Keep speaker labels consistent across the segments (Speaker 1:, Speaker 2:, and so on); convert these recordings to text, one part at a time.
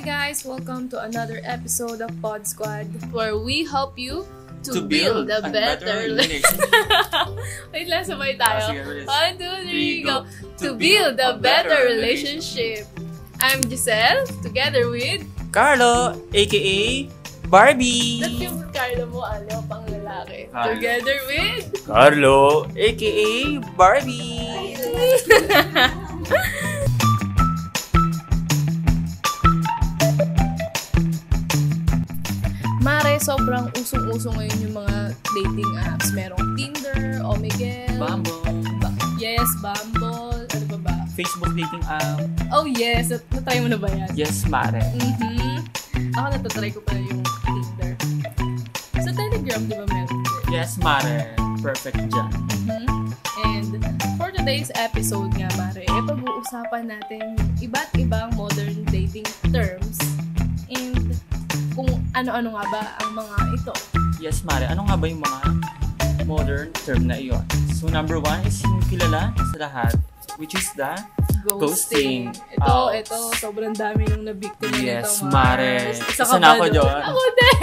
Speaker 1: guys! Welcome to another episode of Pod Squad where we help you to, build, a better life. Wait lang, sabay tayo. One, two, three, go! To build a better relationship. I'm Giselle, together with...
Speaker 2: Carlo, aka Barbie.
Speaker 1: Ba't yung Carlo mo, ano, pang lalaki?
Speaker 3: Carlo.
Speaker 1: Together with...
Speaker 2: Carlo, aka Barbie.
Speaker 1: Mare, sobrang usong-uso ngayon yung mga dating apps. Merong Tinder, Omegle,
Speaker 3: Bumble.
Speaker 1: Ba- yes, Bumble, ano ba ba?
Speaker 2: Facebook dating app.
Speaker 1: Oh yes, nat- natry mo na ba yan?
Speaker 2: Yes, mare.
Speaker 1: Mhm. Ako natatry ko pala yung Tinder. Sa Telegram, di ba meron din?
Speaker 2: Yes, mare. Perfect dyan.
Speaker 1: Mhm. And for today's episode nga, Mare, eh, pag-uusapan natin yung iba't ibang modern dating terms and kung ano-ano nga ba ang mga ito.
Speaker 2: Yes, mare. Ano nga ba yung mga modern term na iyon? So, number one is yung kilala sa lahat, which is the Ghosting.
Speaker 1: Ito,
Speaker 2: Ouch.
Speaker 1: ito, sobrang dami nung nabiktima
Speaker 2: Yes,
Speaker 1: nito,
Speaker 2: Mare.
Speaker 1: Isa ka
Speaker 2: Isa na
Speaker 1: ba
Speaker 2: ako
Speaker 1: doon?
Speaker 2: doon.
Speaker 1: Ako din.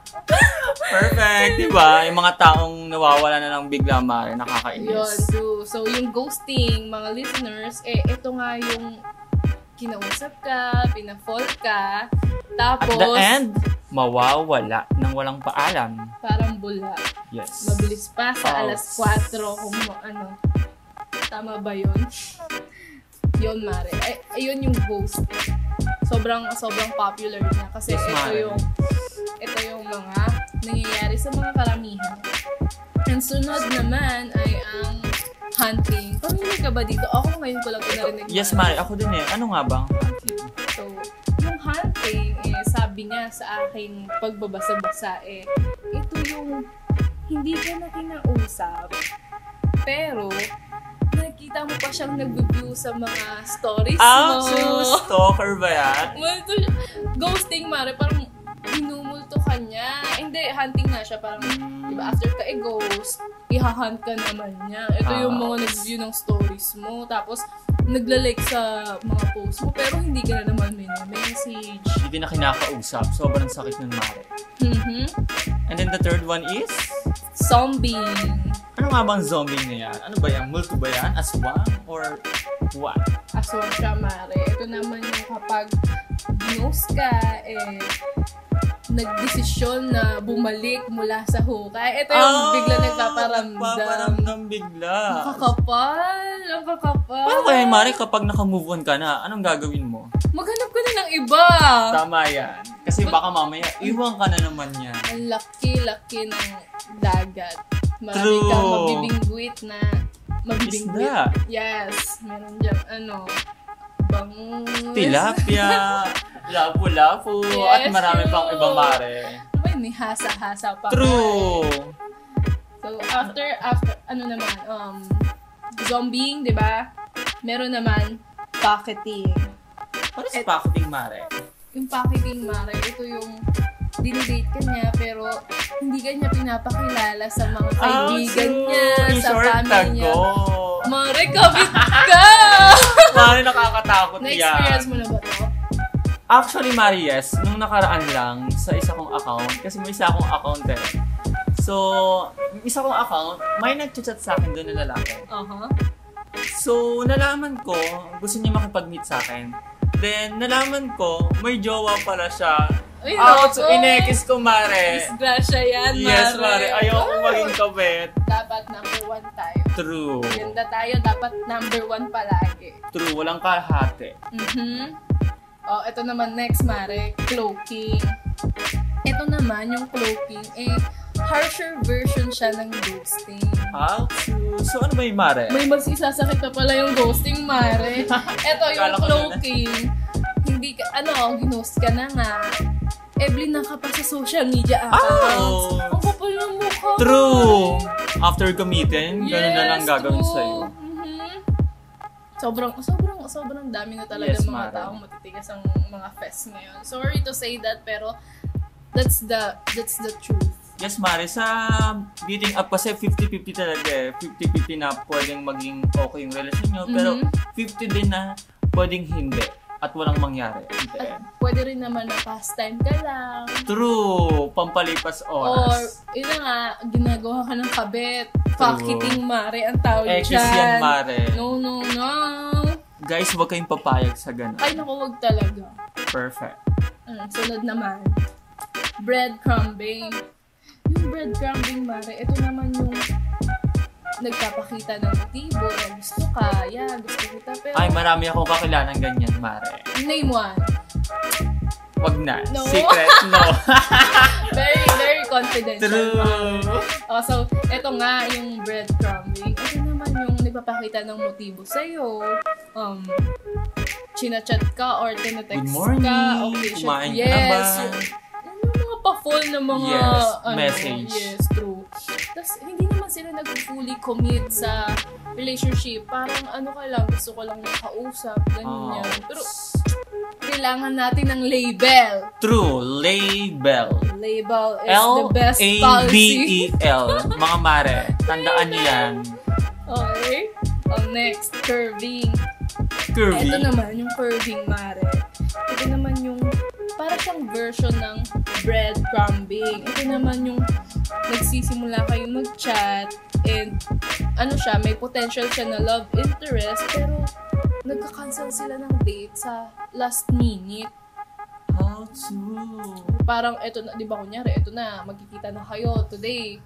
Speaker 2: perfect, di ba? Yung mga taong nawawala na lang bigla, mare.
Speaker 1: Yun,
Speaker 2: Nakakainis.
Speaker 1: true. So, yung ghosting, mga listeners, eh, ito nga yung kinausap ka, pina-fall ka,
Speaker 2: At
Speaker 1: tapos,
Speaker 2: the end, mawawala nang walang paalam.
Speaker 1: parang bula.
Speaker 2: Yes.
Speaker 1: Mabilis pa sa
Speaker 2: Wow.
Speaker 1: alas 4 kung mo, ano. Tama ba yun? yun, Mare. Ay, ayun yung ghost. Sobrang, sobrang popular na. Kasi
Speaker 2: Yes,
Speaker 1: ito
Speaker 2: Mare.
Speaker 1: yung, ito yung mga nangyayari sa mga karamihan. Ang sunod naman ay ang hunting. Pamilya ka ba dito? Ako ngayon ko lang ito narinig.
Speaker 2: Yes, Mare. Ako din eh. Ano nga ba ang hunting?
Speaker 1: So, yung hunting, eh, sabi nga sa aking pagbabasa-basa, eh, ito yung hindi ka na kinausap, pero nakita mo pa siyang nag-view sa mga stories mo.
Speaker 2: Ouch! Ah, Stalker ba yan?
Speaker 1: Multo siya. Ghosting, mare, parang minumulto ka niya. Hindi, hunting nga siya. Parang, di ba, Diba, after ka i-ghost, ihahunt ka naman niya. Ito yung
Speaker 2: Ah.
Speaker 1: mga nag-view ng stories mo. Tapos, nagla-like sa mga posts mo. Pero hindi ka na naman may message.
Speaker 2: Mm, Hindi na kinakausap. Sobrang sakit nun, Mare.
Speaker 1: Mhm.
Speaker 2: Mm-hmm. And then the third one is,
Speaker 1: Zombie.
Speaker 2: ano nga bang zombie na yan? Ano ba yan? Multo ba yan? Aswang? Or what?
Speaker 1: Aswang siya, mare. Ito naman yung kapag ginost ka, eh, nagdesisyon na bumalik mula sa hukay. Ito yung bigla nagpaparamdam.
Speaker 2: Ah, Nagpaparamdam bigla.
Speaker 1: Kakapal! Ang kakapal!
Speaker 2: Paano kaya, Mare, kapag nakamove on ka na, anong gagawin mo?
Speaker 1: Maghanap ka na ng iba!
Speaker 2: Tama yan. Kasi baka mamaya, iwan ka na naman yan.
Speaker 1: Ang laki-laki ng dagat. Marami
Speaker 2: True.
Speaker 1: kang mabibingwit na... Mabibingwit?
Speaker 2: Isda,
Speaker 1: Yes! Meron dyan, ano... Bangus.
Speaker 2: tilapia, lapu-lapu, at
Speaker 1: Yes,
Speaker 2: marami pang
Speaker 1: true.
Speaker 2: iba, Mare.
Speaker 1: Ano ba yun? May hasa-hasa pa.
Speaker 2: True.
Speaker 1: So, after, after, ano naman, um, zombieing, di ba? Meron naman, pocketing.
Speaker 2: What is pocketing, Mare?
Speaker 1: yung packaging mare, ito yung dinidate ka niya pero hindi ka niya pinapakilala sa mga
Speaker 2: Ah,
Speaker 1: kaibigan niya, sa family niya. Mare, kabit ka!
Speaker 2: Mare, nakakatakot
Speaker 1: Na-experience
Speaker 2: yan.
Speaker 1: mo na ba to?
Speaker 2: Actually, Mare, yes. Nung nakaraan lang sa isa kong account, kasi may isa akong account eh. So, yung isa kong account, may nag-chat sa akin doon na lalaki.
Speaker 1: Aha.
Speaker 2: So, nalaman ko, gusto niya makipag-meet sa akin. Then, nalaman ko, may jowa pala siya.
Speaker 1: Ay,
Speaker 2: Ako,
Speaker 1: naku.
Speaker 2: Ah, so, inekis ko, Mare.
Speaker 1: Disgrasya yan, Mare.
Speaker 2: Yes, Mare. Ayoko
Speaker 1: Ah,
Speaker 2: maging kabit.
Speaker 1: Dapat number one tayo.
Speaker 2: True.
Speaker 1: Ganda tayo, dapat number one palagi.
Speaker 2: True. Walang kahate.
Speaker 1: Mhm. Oh, ito naman next, Mare, cloaking. Ito naman yung cloaking, eh, harsher version siya ng ghosting.
Speaker 2: How to? So, ano ba yung Mare?
Speaker 1: May mas isasakit na pala yung ghosting, Mare. Ito yung
Speaker 2: Akala ko
Speaker 1: cloaking. Hindi ka, ano, ginost ka na nga. Evelyn na ka pa sa social media accounts.
Speaker 2: Oh!
Speaker 1: Ang kapal ng mukha.
Speaker 2: True! After committing, ganun na lang
Speaker 1: Yes,
Speaker 2: gagawin
Speaker 1: true.
Speaker 2: sa'yo.
Speaker 1: Mhm. Sobrang, sobrang, sobrang dami na talaga
Speaker 2: Yes,
Speaker 1: mga
Speaker 2: Mare.
Speaker 1: taong matitigas ang mga fest ngayon. Sorry to say that, pero that's the, that's the truth.
Speaker 2: Yes, Mare, sa beating up kasi 50-50 talaga eh. 50-50 na pwedeng maging okay yung relasyon nyo, pero
Speaker 1: Mhm.
Speaker 2: 50 din na pwedeng hindi. at walang mangyari. in the
Speaker 1: At
Speaker 2: end.
Speaker 1: pwede rin naman na pastime ka lang.
Speaker 2: True! Pampalipas
Speaker 1: Or,
Speaker 2: oras.
Speaker 1: yun na nga, ginagawa ka ng kabit. Pakiting mare ang tawag
Speaker 2: Or, Ekis
Speaker 1: dyan.
Speaker 2: yan, Mare.
Speaker 1: No, no, no.
Speaker 2: Guys, huwag kayong papayag sa ganun.
Speaker 1: Ay, naku, wag talaga.
Speaker 2: Perfect.
Speaker 1: Mm, sunod naman. Breadcrumbing. Yung breadcrumbing, Mare, ito naman yung nagpapakita ng motibo na gusto ka, yeah, gusto kita, pero
Speaker 2: Ay, marami akong kakilanang ganyan, Mare.
Speaker 1: name one.
Speaker 2: Wag na.
Speaker 1: No.
Speaker 2: Secret, no.
Speaker 1: Very, very confidential.
Speaker 2: True.
Speaker 1: Oh, so, eto nga yung breadcrumbing. Ito naman yung nagpapakita ng motibo sa'yo. Um, chinachat ka or tinetext
Speaker 2: Good morning.
Speaker 1: ka. occasion-
Speaker 2: Kumain ka na ba?
Speaker 1: yes, yung- Yung mga pa-full na mga
Speaker 2: Yes,
Speaker 1: ano,
Speaker 2: message.
Speaker 1: Yes, true. Tapos, hindi naman sila nag-fully commit sa relationship. Parang ano ka lang, gusto ko lang nakausap, ganyan.
Speaker 2: Oh.
Speaker 1: Pero, kailangan natin ng label.
Speaker 2: True. Label.
Speaker 1: Label is the
Speaker 2: E.
Speaker 1: best policy.
Speaker 2: L-A-B-E-L. E Mga mare, tandaan niyo yan.
Speaker 1: Okay. Oh, next, curving.
Speaker 2: Curvy.
Speaker 1: Ito naman, yung curving, Mare. Ito naman yung para siyang version ng breadcrumbing. Ito naman yung nagsisimula kayo mag-chat and ano siya, may potential siya na love interest pero nagka-cancel sila ng date sa last minute.
Speaker 2: How true.
Speaker 1: Parang eto na, di ba kunyari, eto na, magkikita na kayo today.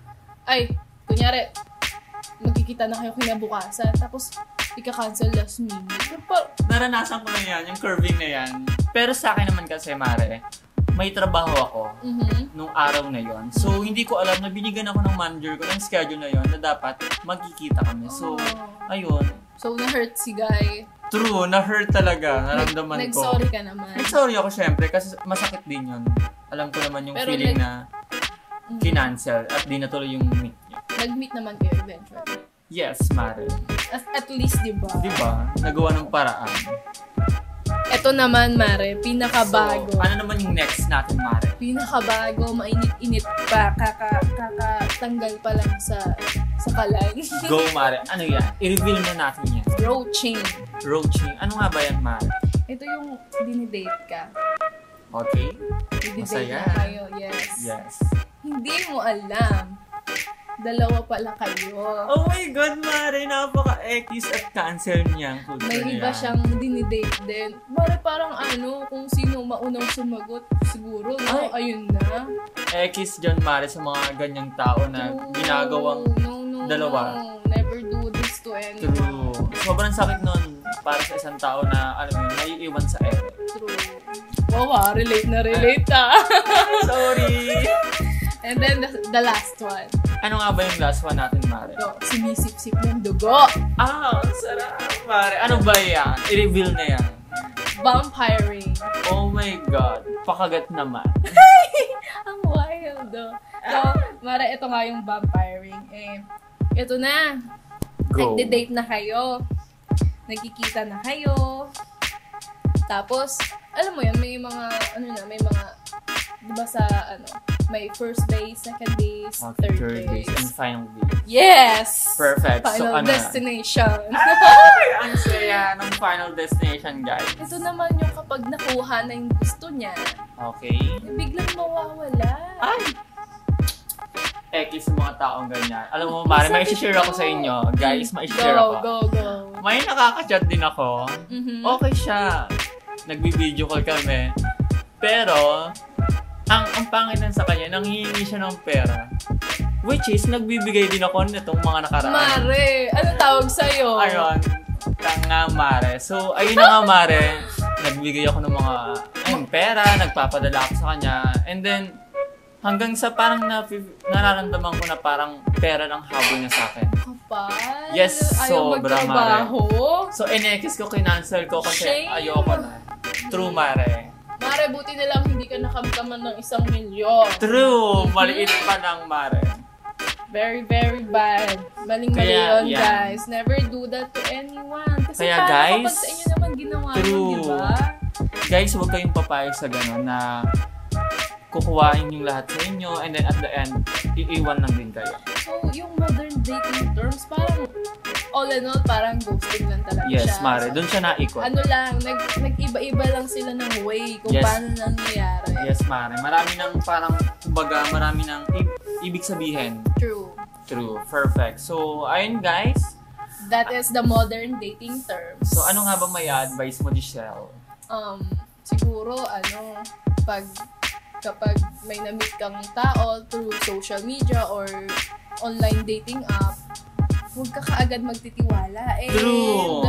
Speaker 1: Ay, kunyari, magkikita na kayo kinabukasan tapos ika-cancel last minute. Pero par-
Speaker 2: Naranasan ko na yan, yung curving na yan. Pero sa akin naman kasi, mare, may trabaho ako
Speaker 1: mhm.
Speaker 2: nung araw na yon. So, hindi ko alam na binigyan ako ng manager ko ng schedule na yon na dapat magkikita kami. So,
Speaker 1: Oh.
Speaker 2: ayun.
Speaker 1: So, na-hurt si Guy.
Speaker 2: True, na-hurt talaga. Naramdaman
Speaker 1: Nag-
Speaker 2: ko.
Speaker 1: Nag-sorry ka naman.
Speaker 2: Nag-sorry ako syempre kasi masakit din yun. Alam ko naman yung
Speaker 1: Pero
Speaker 2: feeling
Speaker 1: nag-
Speaker 2: na kinancel at di natuloy yung meet niyo.
Speaker 1: Mm-hmm. Nag-meet naman kayo eventually.
Speaker 2: Yes, Mare.
Speaker 1: At, at least, di ba?
Speaker 2: Di ba? Nagawa ng paraan.
Speaker 1: Ito naman, Mare. Pinakabago.
Speaker 2: So, ano naman yung next natin, Mare?
Speaker 1: Pinakabago. Mainit-init pa. Kaka, kakatanggal pa lang sa sa kalan.
Speaker 2: Go, Mare. Ano yan? I-reveal na natin yan.
Speaker 1: Roaching.
Speaker 2: Roaching. Ano nga ba yan, Mare?
Speaker 1: Ito yung dinidate ka.
Speaker 2: Okay?
Speaker 1: Dinidate
Speaker 2: Masaya.
Speaker 1: na kayo. Yes.
Speaker 2: Yes.
Speaker 1: Hindi mo alam. Dalawa pala kayo.
Speaker 2: Oh my God, Mare. Napaka-ekis at cancel niya ang kultura
Speaker 1: May iba
Speaker 2: niya.
Speaker 1: siyang dinidate din. Mare parang ano, kung sino maunang sumagot, siguro, no? Ayun na.
Speaker 2: Ekis dyan, Mare, sa mga ganyang tao na
Speaker 1: No,
Speaker 2: ginagawang
Speaker 1: no, no,
Speaker 2: dalawa.
Speaker 1: No, never do this to anyone.
Speaker 2: True. Sobrang sakit nun para sa isang tao na, alam mo, naiiwan sa ere.
Speaker 1: True. Wow, ah, relate na relate ah.
Speaker 2: Sorry!
Speaker 1: And then the, the last one.
Speaker 2: ano nga ba yung last one natin, Mare?
Speaker 1: So, sinisip-sip ng dugo.
Speaker 2: Ah, ang sarap, Mare. Ano ba yan? I-reveal na yan.
Speaker 1: Vampiring.
Speaker 2: Oh my God. Pakagat naman.
Speaker 1: Ang wild oh. So, mara ito nga yung vampiring. Eh, ito na.
Speaker 2: Go.
Speaker 1: Nagde-date na kayo. Nagkikita na kayo. Tapos, alam mo yun, may mga, ano na, may mga, di ba sa, ano, may first days, second days, third,
Speaker 2: Okay, Ah, third
Speaker 1: days.
Speaker 2: days and final days.
Speaker 1: Yes!
Speaker 2: Perfect. So,
Speaker 1: Final
Speaker 2: ano?
Speaker 1: destination.
Speaker 2: Ay, ang saya ng final destination, guys.
Speaker 1: ito naman yung kapag nakuha na yung gusto niya, eh,
Speaker 2: Okay.
Speaker 1: biglang mawawala.
Speaker 2: Ay! Ekis sa mga taong ganyan. Alam mo, Mare,
Speaker 1: Sabi
Speaker 2: may share ako
Speaker 1: ko.
Speaker 2: sa inyo. Guys, may share
Speaker 1: go,
Speaker 2: ako. Oh,
Speaker 1: go, go.
Speaker 2: May nakaka-chat din ako.
Speaker 1: Mhm.
Speaker 2: okay siya. Nagbi-video call kami. Pero, ang, ang pangitan sa kanya, nanghihingi siya ng pera. Which is, nagbibigay din ako nitong mga nakaraan.
Speaker 1: Mare, ano tawag sa'yo?
Speaker 2: Ayun. Tanga, Mare. So, ayun na nga, Mare. Nagbigay ako ng mga ayun, pera, nagpapadala ako sa kanya. And then, hanggang sa parang na, nararamdaman ko na parang pera lang habol niya sa akin.
Speaker 1: Kapal.
Speaker 2: Yes,
Speaker 1: Ayaw
Speaker 2: sobra, Mare.
Speaker 1: magtrabaho.
Speaker 2: So, inekis ko, kinancel ko kasi
Speaker 1: Shame.
Speaker 2: ayoko na. True, Mare.
Speaker 1: Mare, buti na lang hindi ka nakamkaman ng isang milyon.
Speaker 2: True! Maliit pa ng mare.
Speaker 1: Very, very bad. Maling-mali
Speaker 2: Kaya,
Speaker 1: yun,
Speaker 2: yan.
Speaker 1: guys. Never do that to anyone. Kasi
Speaker 2: Kaya,
Speaker 1: paano
Speaker 2: guys,
Speaker 1: kapag sa inyo naman ginawa yun,
Speaker 2: true.
Speaker 1: di ba?
Speaker 2: Guys, huwag kayong papayag sa gano'n na kukuhain yung lahat sa inyo and then at the end, iiwan lang din kayo.
Speaker 1: So, yung modern dating terms, parang all in all, parang ghosting lang talaga siya.
Speaker 2: Yes, Mare. Doon siya naikot.
Speaker 1: Ano lang, nag, nag-iba-iba lang sila ng way kung
Speaker 2: Yes.
Speaker 1: paano nangyayari.
Speaker 2: Yes, Mare. Marami ng parang, kumbaga, marami ng i- ibig sabihin.
Speaker 1: True.
Speaker 2: True. Perfect. So, ayun guys.
Speaker 1: That is the modern dating terms.
Speaker 2: So, ano nga ba may advice mo, Michelle?
Speaker 1: um, siguro, ano, pag, kapag may na-meet kang tao through social media or online dating app, huwag ka kaagad magtitiwala. eh. And
Speaker 2: True.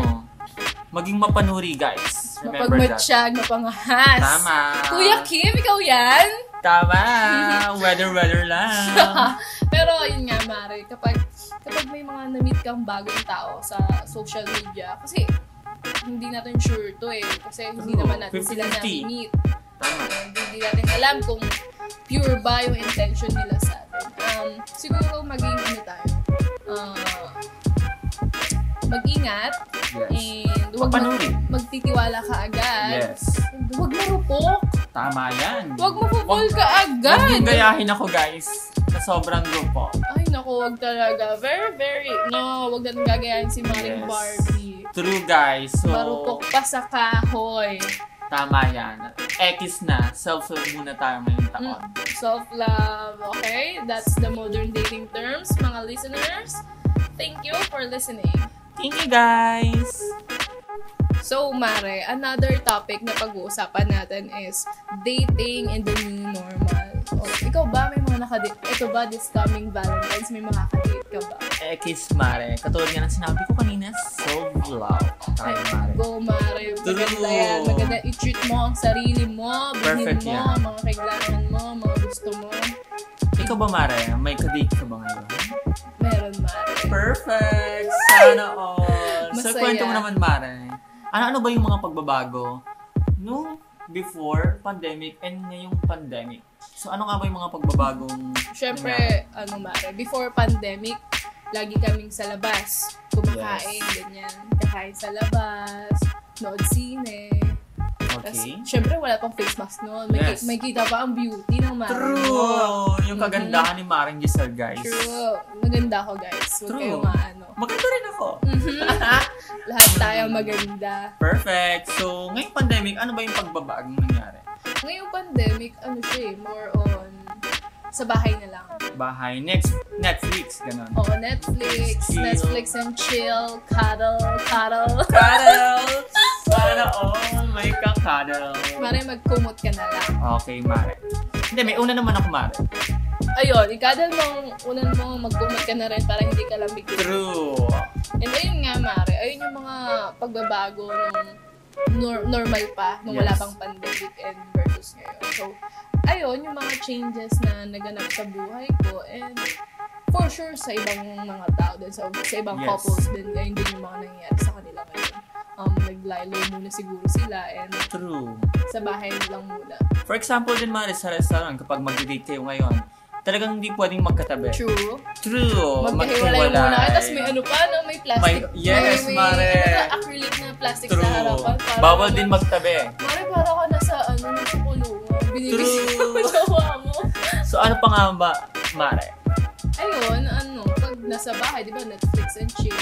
Speaker 2: Maging mapanuri, guys. Remember that.
Speaker 1: Mapagmatsyag, mapangahas.
Speaker 2: Tama.
Speaker 1: Kuya Kim, ikaw yan?
Speaker 2: Tama. Weather, weather lang.
Speaker 1: Pero yun nga, Mare, kapag, kapag may mga na-meet kang bagong tao sa social media, kasi hindi natin sure to eh. Kasi hindi
Speaker 2: True.
Speaker 1: naman natin sila
Speaker 2: 50-50.
Speaker 1: na-meet.
Speaker 2: Tama.
Speaker 1: hindi hindi natin alam kung pure ba yung intention nila sa atin. Um, siguro maging ano tayo, uh, mag-ingat
Speaker 2: Yes.
Speaker 1: and huwag mag-
Speaker 2: Papanuri.
Speaker 1: magtitiwala ka agad.
Speaker 2: Yes.
Speaker 1: And Huwag marupok.
Speaker 2: Tama yan.
Speaker 1: Huwag mapupol ka agad.
Speaker 2: Huwag yung gayahin ako, guys. Na sobrang grupo.
Speaker 1: Ay, naku, huwag talaga. Very, very, no, huwag natin gagayahin si Maring
Speaker 2: Yes.
Speaker 1: Barbie.
Speaker 2: True, guys. So,
Speaker 1: Marupok pa sa kahoy.
Speaker 2: tama yan. X na. Self-love muna tayo ngayong taon.
Speaker 1: Mm. Self-love, okay? That's the modern dating terms, mga listeners. Thank you for listening.
Speaker 2: Thank you, guys.
Speaker 1: So, Mare, another topic na pag-uusapan natin is dating in the new normal. O, ikaw ba may mga nakadate? Ito ba this coming Valentine's may makakadate ka ba?
Speaker 2: X, Mare. Katulad nga ng sinabi ko kanina, self-love.
Speaker 1: Ay,
Speaker 2: Tayo, Mare.
Speaker 1: go Mare.
Speaker 2: True.
Speaker 1: Maganda yan. Maganda. I-treat mo ang sarili mo. Bilhin
Speaker 2: Perfect
Speaker 1: mo
Speaker 2: yan.
Speaker 1: ang mga kailangan mo, mga gusto mo.
Speaker 2: Ikaw ba, Mare? May kadate ka ba ngayon?
Speaker 1: Meron, Mare.
Speaker 2: Perfect! Sana all! So,
Speaker 1: Masaya.
Speaker 2: kwento mo naman, Mare. Ano-ano ba yung mga pagbabago nung before pandemic and ngayong pandemic? So, ano nga ba yung mga pagbabagong... nangyari?
Speaker 1: Siyempre, ano Mare, before pandemic, lagi kaming sa labas. Kumakain, ganyan. Kakain sa labas, nood sine. Tapos,
Speaker 2: Okay.
Speaker 1: syempre, wala pang face mask noon. May,
Speaker 2: Yes.
Speaker 1: may kita pa ang beauty ng Mare.
Speaker 2: True! Yung kagandahan ni Maring Giselle, guys.
Speaker 1: Mm-hmm. True. Maganda ako, guys. Huwag
Speaker 2: True.
Speaker 1: kayo maano.
Speaker 2: Maganda rin ako.
Speaker 1: Lahat tayo maganda.
Speaker 2: Perfect. So, ngayong pandemic, ano ba yung pagbabagong nangyari?
Speaker 1: Ngayong pandemic, ano siya eh, more on sa bahay na lang.
Speaker 2: Bahay, next, Netflix, ganun.
Speaker 1: Oo, Netflix,
Speaker 2: Chill.
Speaker 1: Netflix and chill, cuddle, cuddle.
Speaker 2: Cuddles! oh Sana all may kakaddles.
Speaker 1: Mare, magkumot ka na lang.
Speaker 2: Okay, Mare. Hindi, may una naman ako, Mare.
Speaker 1: Ayun, ikadal mong, unan mong magkumot ka na rin para hindi ka lamig.
Speaker 2: True.
Speaker 1: And ayun nga, Mare, ayun yung mga pagbabago nung nor- normal pa, nung wala
Speaker 2: Yes.
Speaker 1: pang pandemic and versus ngayon. So, ayun, yung mga changes na naganap sa buhay ko and for sure sa ibang mga tao din, sa, sa ibang
Speaker 2: Yes.
Speaker 1: couples din, ayun din yung mga nangyayari sa kanila ngayon. Um, naglilo muna siguro sila and
Speaker 2: True.
Speaker 1: sa bahay lang muna.
Speaker 2: For example din, Mare, sa restaurant, kapag mag-date kayo ngayon, talagang hindi pwedeng magkatabi.
Speaker 1: True.
Speaker 2: True.
Speaker 1: Magkahiwalay muna kayo, tapos may ano pa, no? May plastic.
Speaker 2: May- yes,
Speaker 1: may, may,
Speaker 2: Mare.
Speaker 1: Ano na, acrylic na plastic
Speaker 2: True.
Speaker 1: sa harapan. Para ano.
Speaker 2: Bawal din magtabi.
Speaker 1: Mare, para ka nasa, ano, nasa kulungan. Binibisi
Speaker 2: True.
Speaker 1: ka pa jowa mo.
Speaker 2: So, ano pa nga ba, Mare?
Speaker 1: Ayun, ano, pag nasa bahay, di ba, Netflix and chill.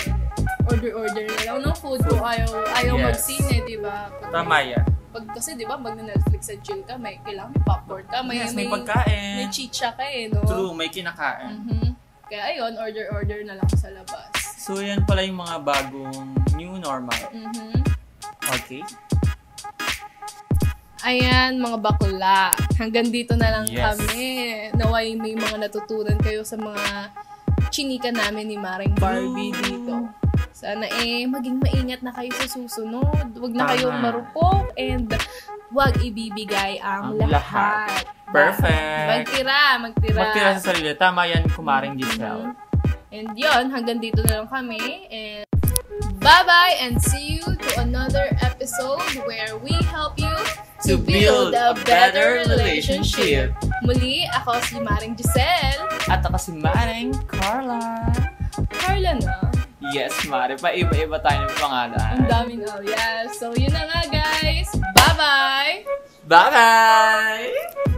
Speaker 1: Order-order na lang ng food kung ayaw, ayaw
Speaker 2: Yes.
Speaker 1: magsine, di ba? Pag,
Speaker 2: Tama yan.
Speaker 1: Pag, kasi, di ba, pag na-Netflix and chill ka, may, kailangan may popcorn ka, may,
Speaker 2: yes, may,
Speaker 1: may
Speaker 2: pagkain.
Speaker 1: chicha ka eh, no?
Speaker 2: True, may kinakain.
Speaker 1: Mhm. Kaya ayun, order-order na lang sa labas.
Speaker 2: So, yan pala yung mga bagong new normal.
Speaker 1: Mhm.
Speaker 2: Okay?
Speaker 1: Ayan, mga bakla. Hanggang dito na lang
Speaker 2: Yes.
Speaker 1: kami. Naway may mga natutunan kayo sa mga chinika namin ni Maring Barbie
Speaker 2: True.
Speaker 1: dito. Sana eh, maging maingat na kayo sa susunod. Huwag na
Speaker 2: Tama.
Speaker 1: kayong marupok and huwag ibibigay ang,
Speaker 2: Ang
Speaker 1: lahat.
Speaker 2: lahat. Perfect.
Speaker 1: Magtira, magtira.
Speaker 2: Magtira sa sarili. Tama yan, kumaring Giselle.
Speaker 1: And yon hanggang dito na lang kami. And bye-bye and see you to another episode where we help you
Speaker 2: To build a better relationship.
Speaker 1: Muli, ako si Maring Giselle.
Speaker 2: At ako si Maring Carla.
Speaker 1: Carla na.
Speaker 2: Yes, Mare. Paiba-iba tayo ng pangalan.
Speaker 1: Ang dami na. Yeah. So, yun na nga, guys. Bye-bye!
Speaker 2: Bye-bye!